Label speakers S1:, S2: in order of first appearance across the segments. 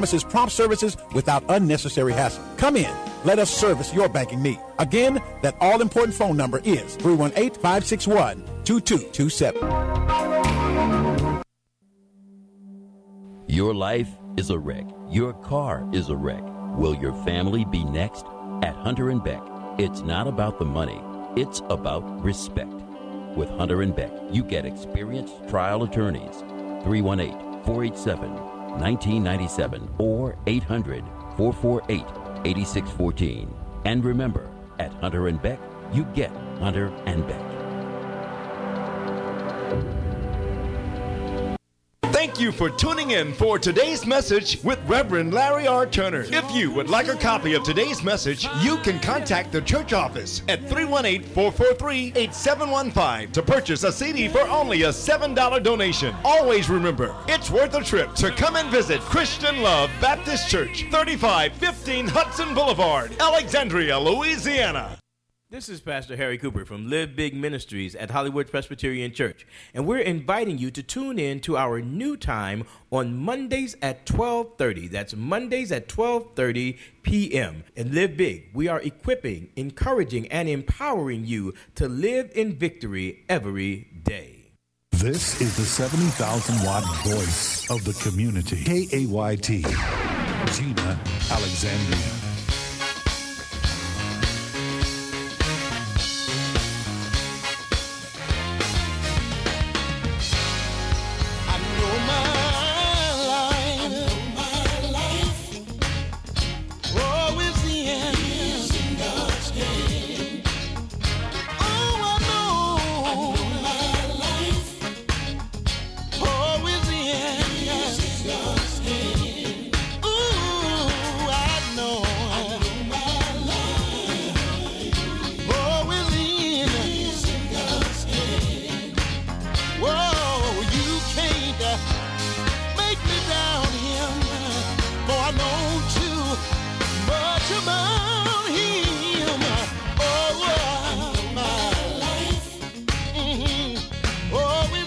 S1: promises prompt services without unnecessary hassle. Come in. Let us service your banking need. Again, that all important phone number is 318 561 2227.
S2: Your life is a wreck. Your car is a wreck. Will your family be next? At Hunter and Beck, it's not about the money, it's about respect. With Hunter and Beck, you get experienced trial attorneys. 318 487 1997 or 800 448 8614. And remember, at Hunter and Beck, you get Hunter and Beck.
S3: Thank you for tuning in for today's message with Reverend Larry R. Turner. If you would like a copy of today's message, you can contact the church office at 318 443 8715 to purchase a CD for only a $7 donation. Always remember, it's worth a trip to come and visit Christian Love Baptist Church, 3515 Hudson Boulevard, Alexandria, Louisiana.
S4: This is Pastor Harry Cooper from Live Big Ministries at Hollywood Presbyterian Church, and we're inviting you to tune in to our new time on Mondays at 12:30. That's Mondays at 12:30 p.m. And live big. We are equipping, encouraging, and empowering you to live in victory every day.
S5: This is the 70,000 watt voice of the community. K A Y T. Gina Alexandria.
S6: Oh, Oh, Oh, uh, Oh, Mm-hmm. Oh, Oh,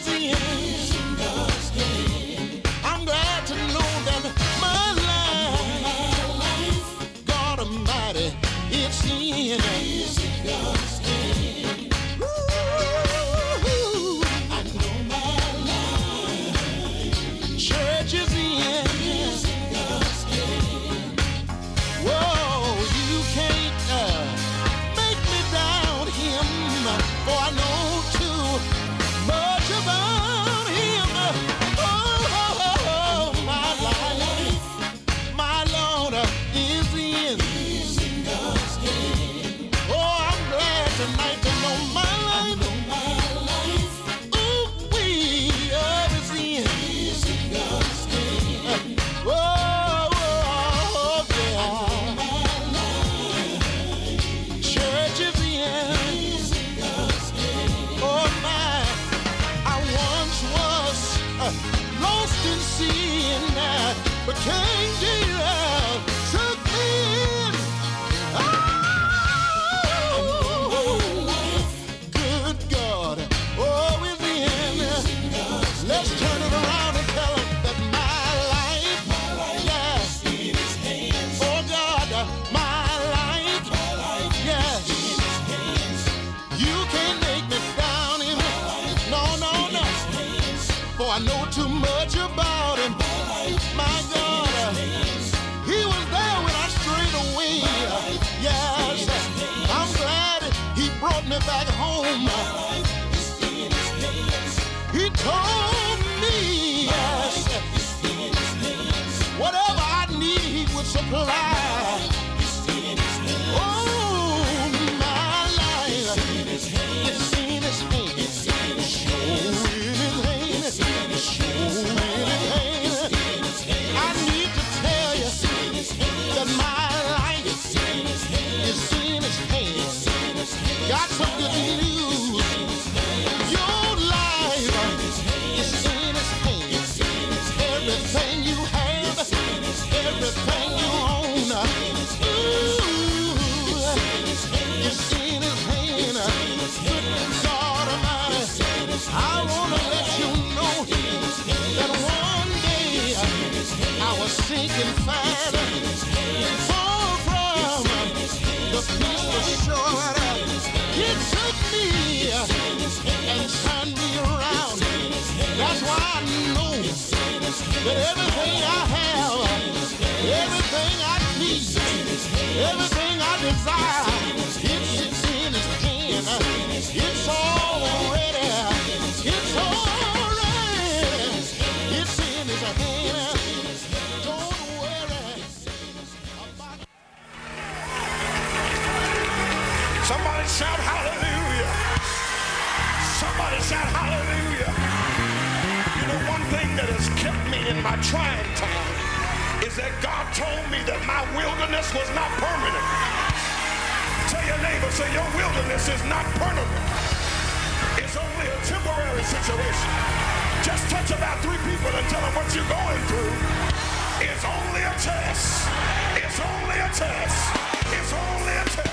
S6: Oh, uh, Oh, uh, Oh, uh, uh, uh, Oh, everything you have, everything you own. Somebody shout hallelujah. Somebody shout hallelujah. You know, one thing that has kept me in my trying time is that God told me that my wilderness was not permanent. Tell your neighbor, say your wilderness is not permanent. It's only a temporary situation. Just touch about three people and tell them what you're going through. It's only a test. It's only a test. It's only a test.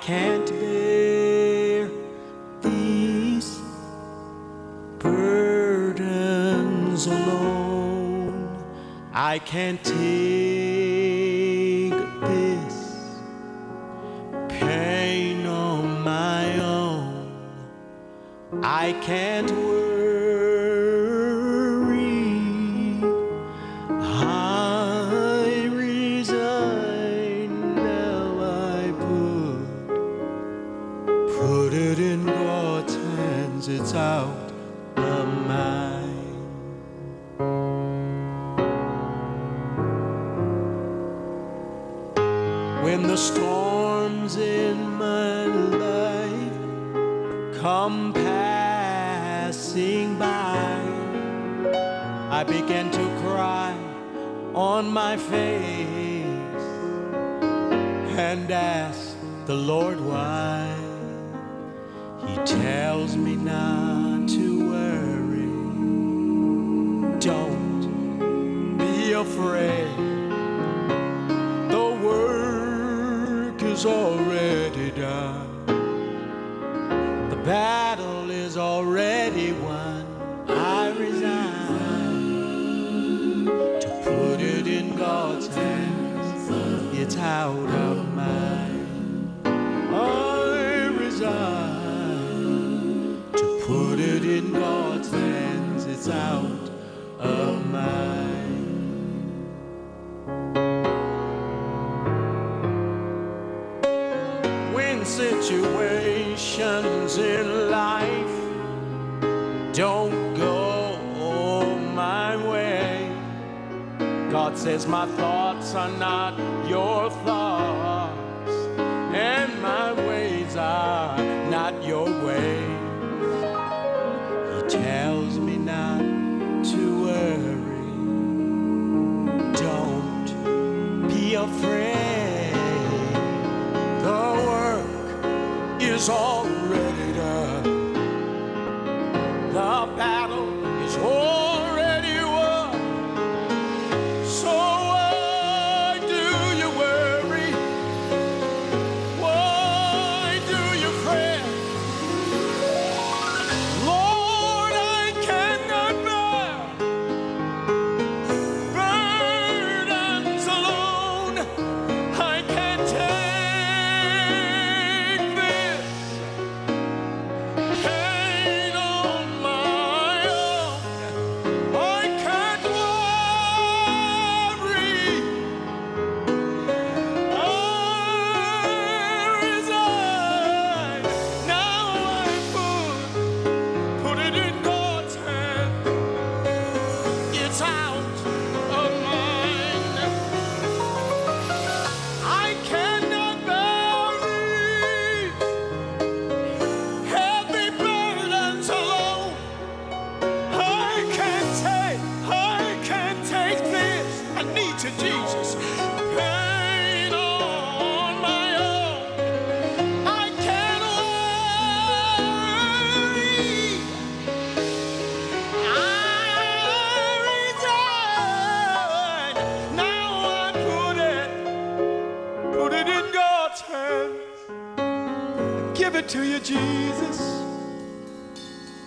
S7: can't bear these burdens alone. I can't take this pain on my own. I can't worry. I resign now. I put put it in God's hands. It's out of mine. When the storms in my life come passing by. I began to cry on my face and ask the Lord why. He tells me not to worry. Don't be afraid. The work is already done. The battle is already won. I resign to put it in God's hands. It's out of mine. I resign to put it in God's hands. It's out of mine. when situations in life don't go my way. God says, My thoughts are not your thoughts, and my ways are not your ways. He tells me not to worry. Don't be afraid. The work is already done. The battle is already won. So why do you worry? Why do you fret? Lord, I cannot bear burdens alone. I can't take this pain on my own. I can't worry. I resign. Now I put, put it in God's hand. It's out of mine. I cannot bear these heavy burdens alone. I can't take, I can't take this. I need to Jesus. Pain on my own. I can't worry. I resign. Now I put it Put it in God's hands. Give it to you, Jesus.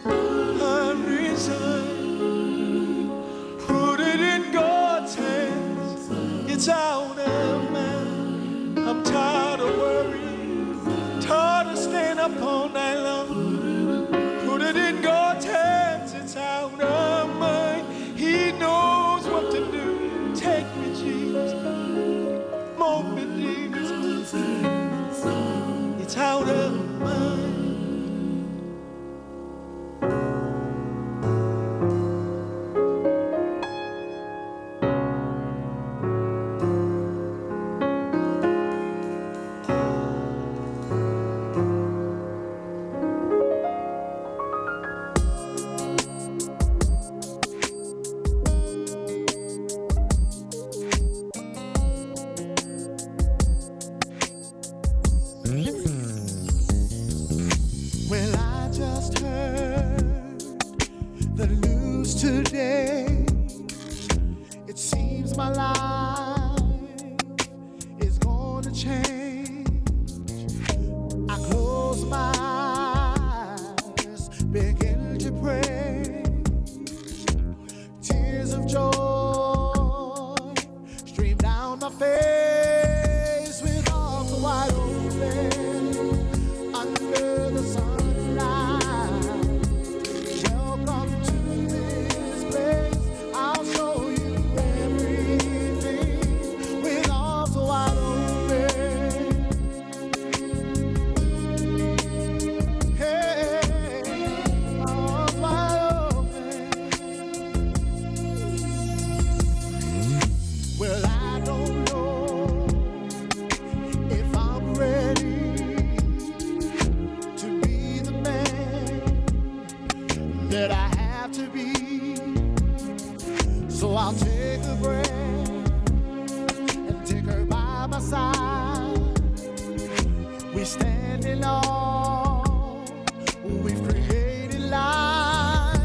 S7: I resign. Put it in God's hands. It's out of mine. I'm tired of worrying. Tired of staying up all night long. Put it in God's hands. It's out of mine. He knows what to do. Take me, Jesus moment Jesus. It's out of mind.
S6: I'll take a breath and take her by my side. We stand alone. We've created life.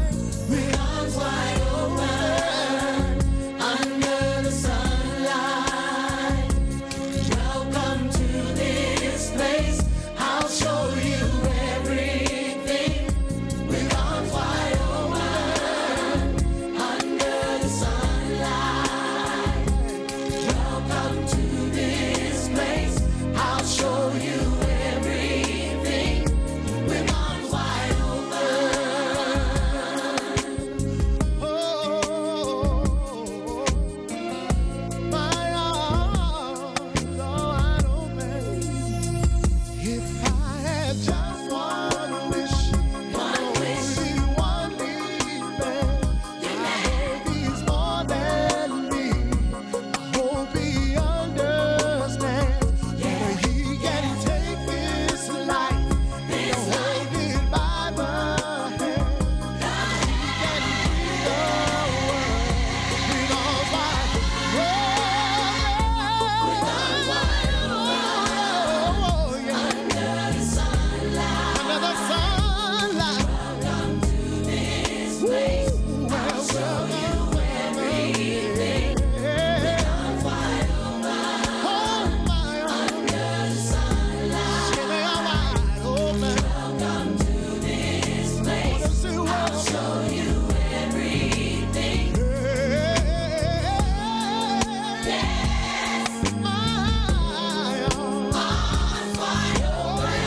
S6: With arms wide open under the sunlight. Welcome to this place. I'll show you everything. With arms wide open under the sunlight. Welcome to this place. I'll show you everything. With arms wide open. Oh, my arms are wide open. If I had just one wish, one wish, only one need, I hope he's more than me. Hope he understands that he can take this life and hold it by the hand. He can free the world with arms wide open. Under the sunlight, under the sunlight. Welcome to this place. I'll show you everything. With arms wide open. Under the sunlight, welcome to this place. I'll show you everything. Yes, my arms wide open.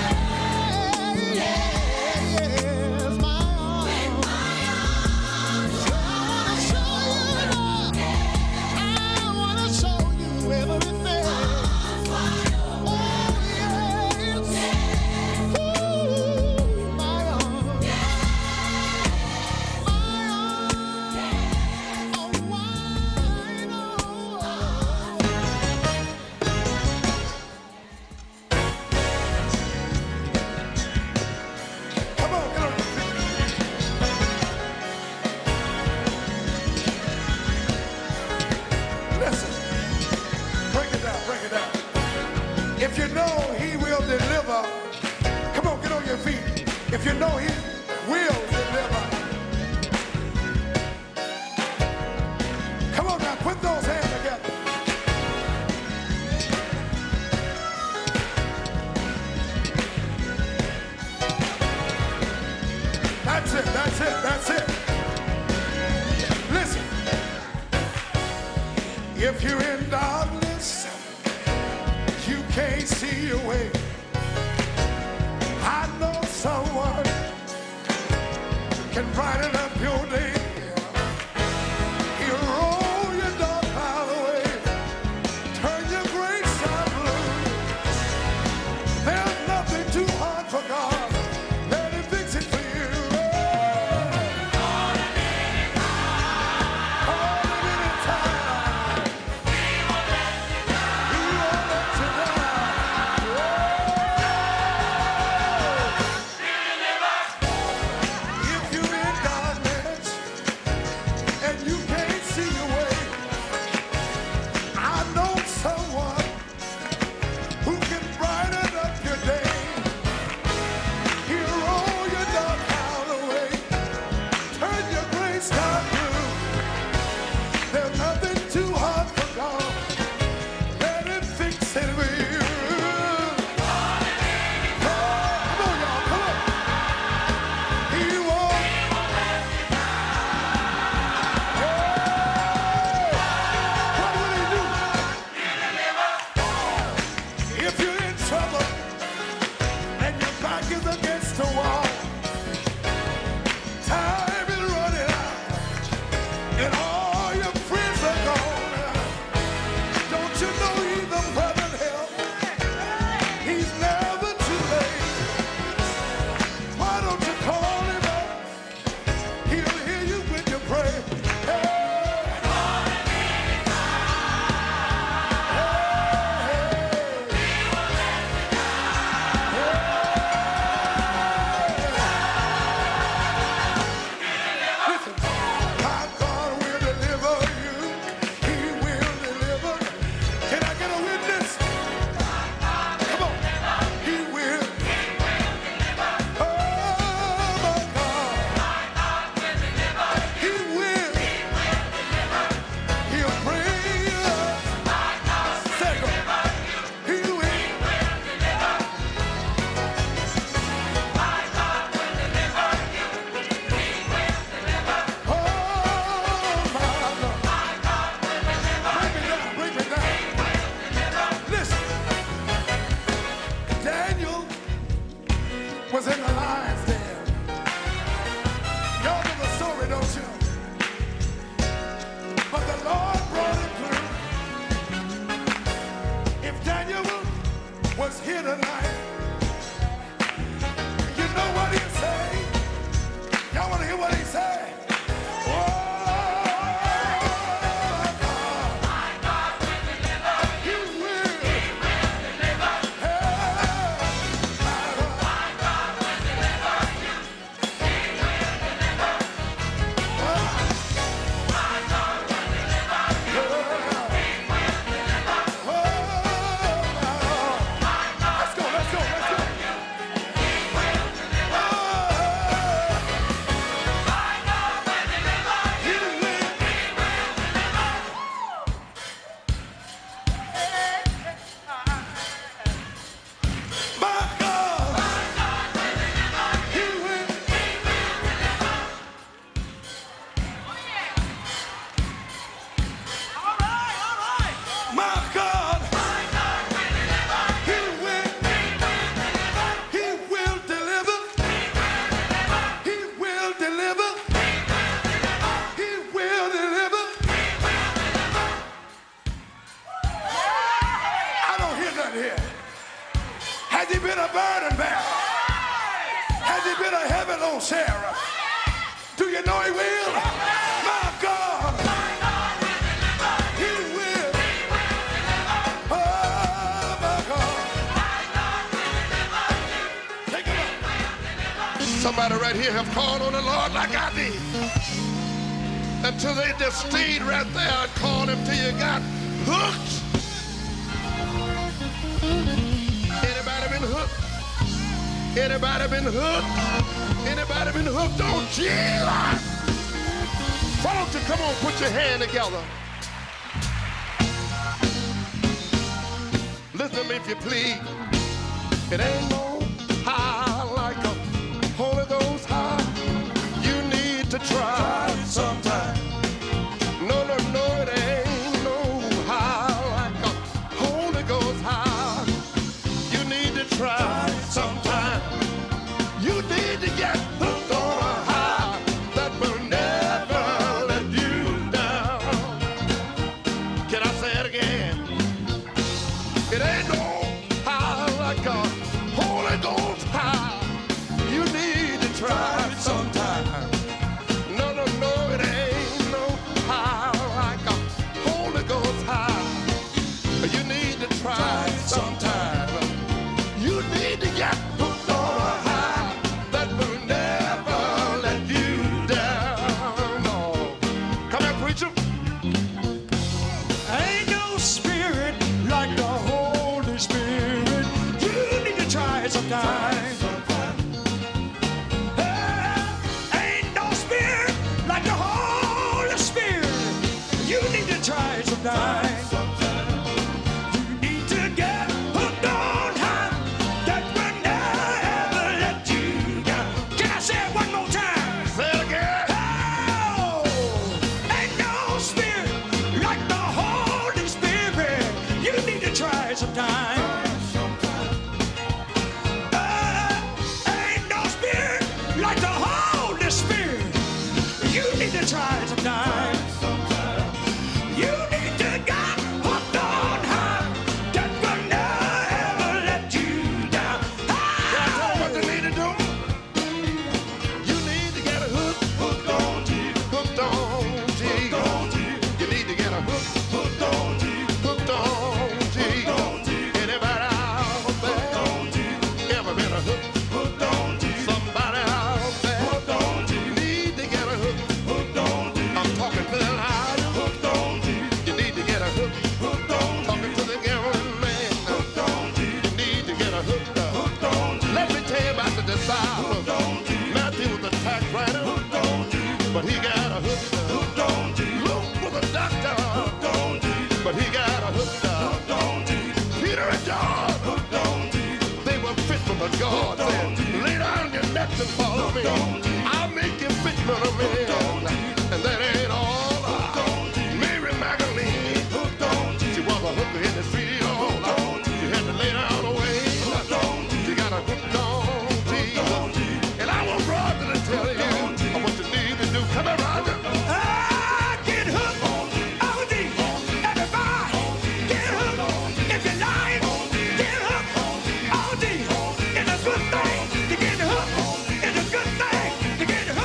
S6: Yes, my arms.
S5: Oh, Come on, come on. Listen, break it down, break it down. If you know he will deliver, come on, get on your feet. If you know he will deliver, come on now, put those hands together. That's it, that's it, that's it. Listen. If you're in darkness, you can't see your way. I know someone can brighten up your day. He'll roll your dark cloud away, turn your gray sky blue. There's nothing too hard for God. Let Him fix it for you. Call Him anytime. He won't let you down. If you're in darkness,
S6: have it on Sarah. Do you know he will? My God. He will. Oh, my God. Take it up. Somebody right here have called on the Lord like I did. Until they just stayed right there and called him till you got hooked. Anybody been hooked? Anybody been hooked? Anybody been hooked on Jesus? Why don't you come on, put your hand together. Listen to me if you please. It ain't no high like a Holy Ghost high. You need to try it sometime. No, no, no, it ain't no high like a Holy Ghost high. You need to try it sometime. You need to get hooked on a high that will never let you down. Can I say it again? It ain't no high like a Holy Ghost high. You need to try it sometime. No, no, no, it ain't no high like a Holy Ghost high. You need to try it sometime. You need to get hooked on a high that will never let you down. No. Come here, preacher.
S7: Ain't no spirit like the Holy Spirit. You need to try it sometime. Hey, ain't no spirit like the Holy Spirit. You need to try it sometime. You need to get hooked on high that will never let you down. Can I say it one more time?
S6: Say it again.
S7: Ain't no spirit like the Holy Spirit. You need to try it sometime. Uh, ain't no spirit like the Holy Spirit. You need to try it sometime. You need to get hooked on high. That will never let you down.
S6: Know what you need to do? You need to get hooked, hooked on Jesus. Hooked on Jesus. You need to get a hook, hooked on Jesus. Hooked on Jesus. Anybody out there ever been a hook? Hooked on Jesus. Somebody out there hooked on Jesus. Need to get a hook, hooked on Jesus. I'm talking to the lion. Hooked on Jesus. You need to get a hook, hooked on Jesus. Talking to the gambling man. Hooked on Jesus. You need to get a hook, hooked on Jesus. Let me tell you about the disciples. Matthew was a tax writer, but he got a hook. Luke was a doctor, but he got a hook. Peter and John, they were fit for the God. Said, lay down your nets and follow me. I'll make you fit for the man. And that ain't all. Mary Magdalene, she was a hooker in the street. All she had to lay down her ways. She got a hooked on Jesus. And I want Roger to tell you what you need to do. Come here, Roger.
S7: I get hooked on these. Everybody get hooked. If you're lying, get hooked on these. It's a good thing to get hooked. It's a good thing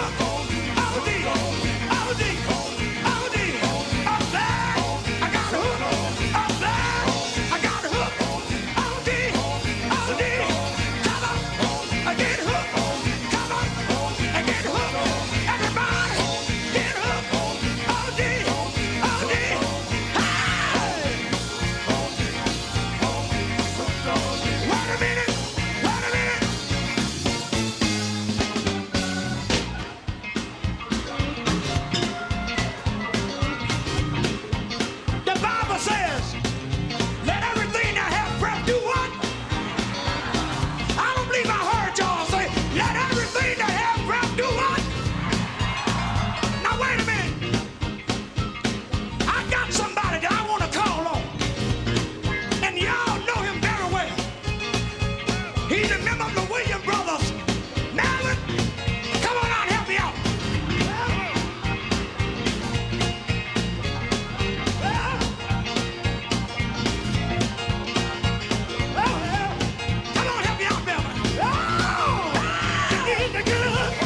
S5: Oh! together.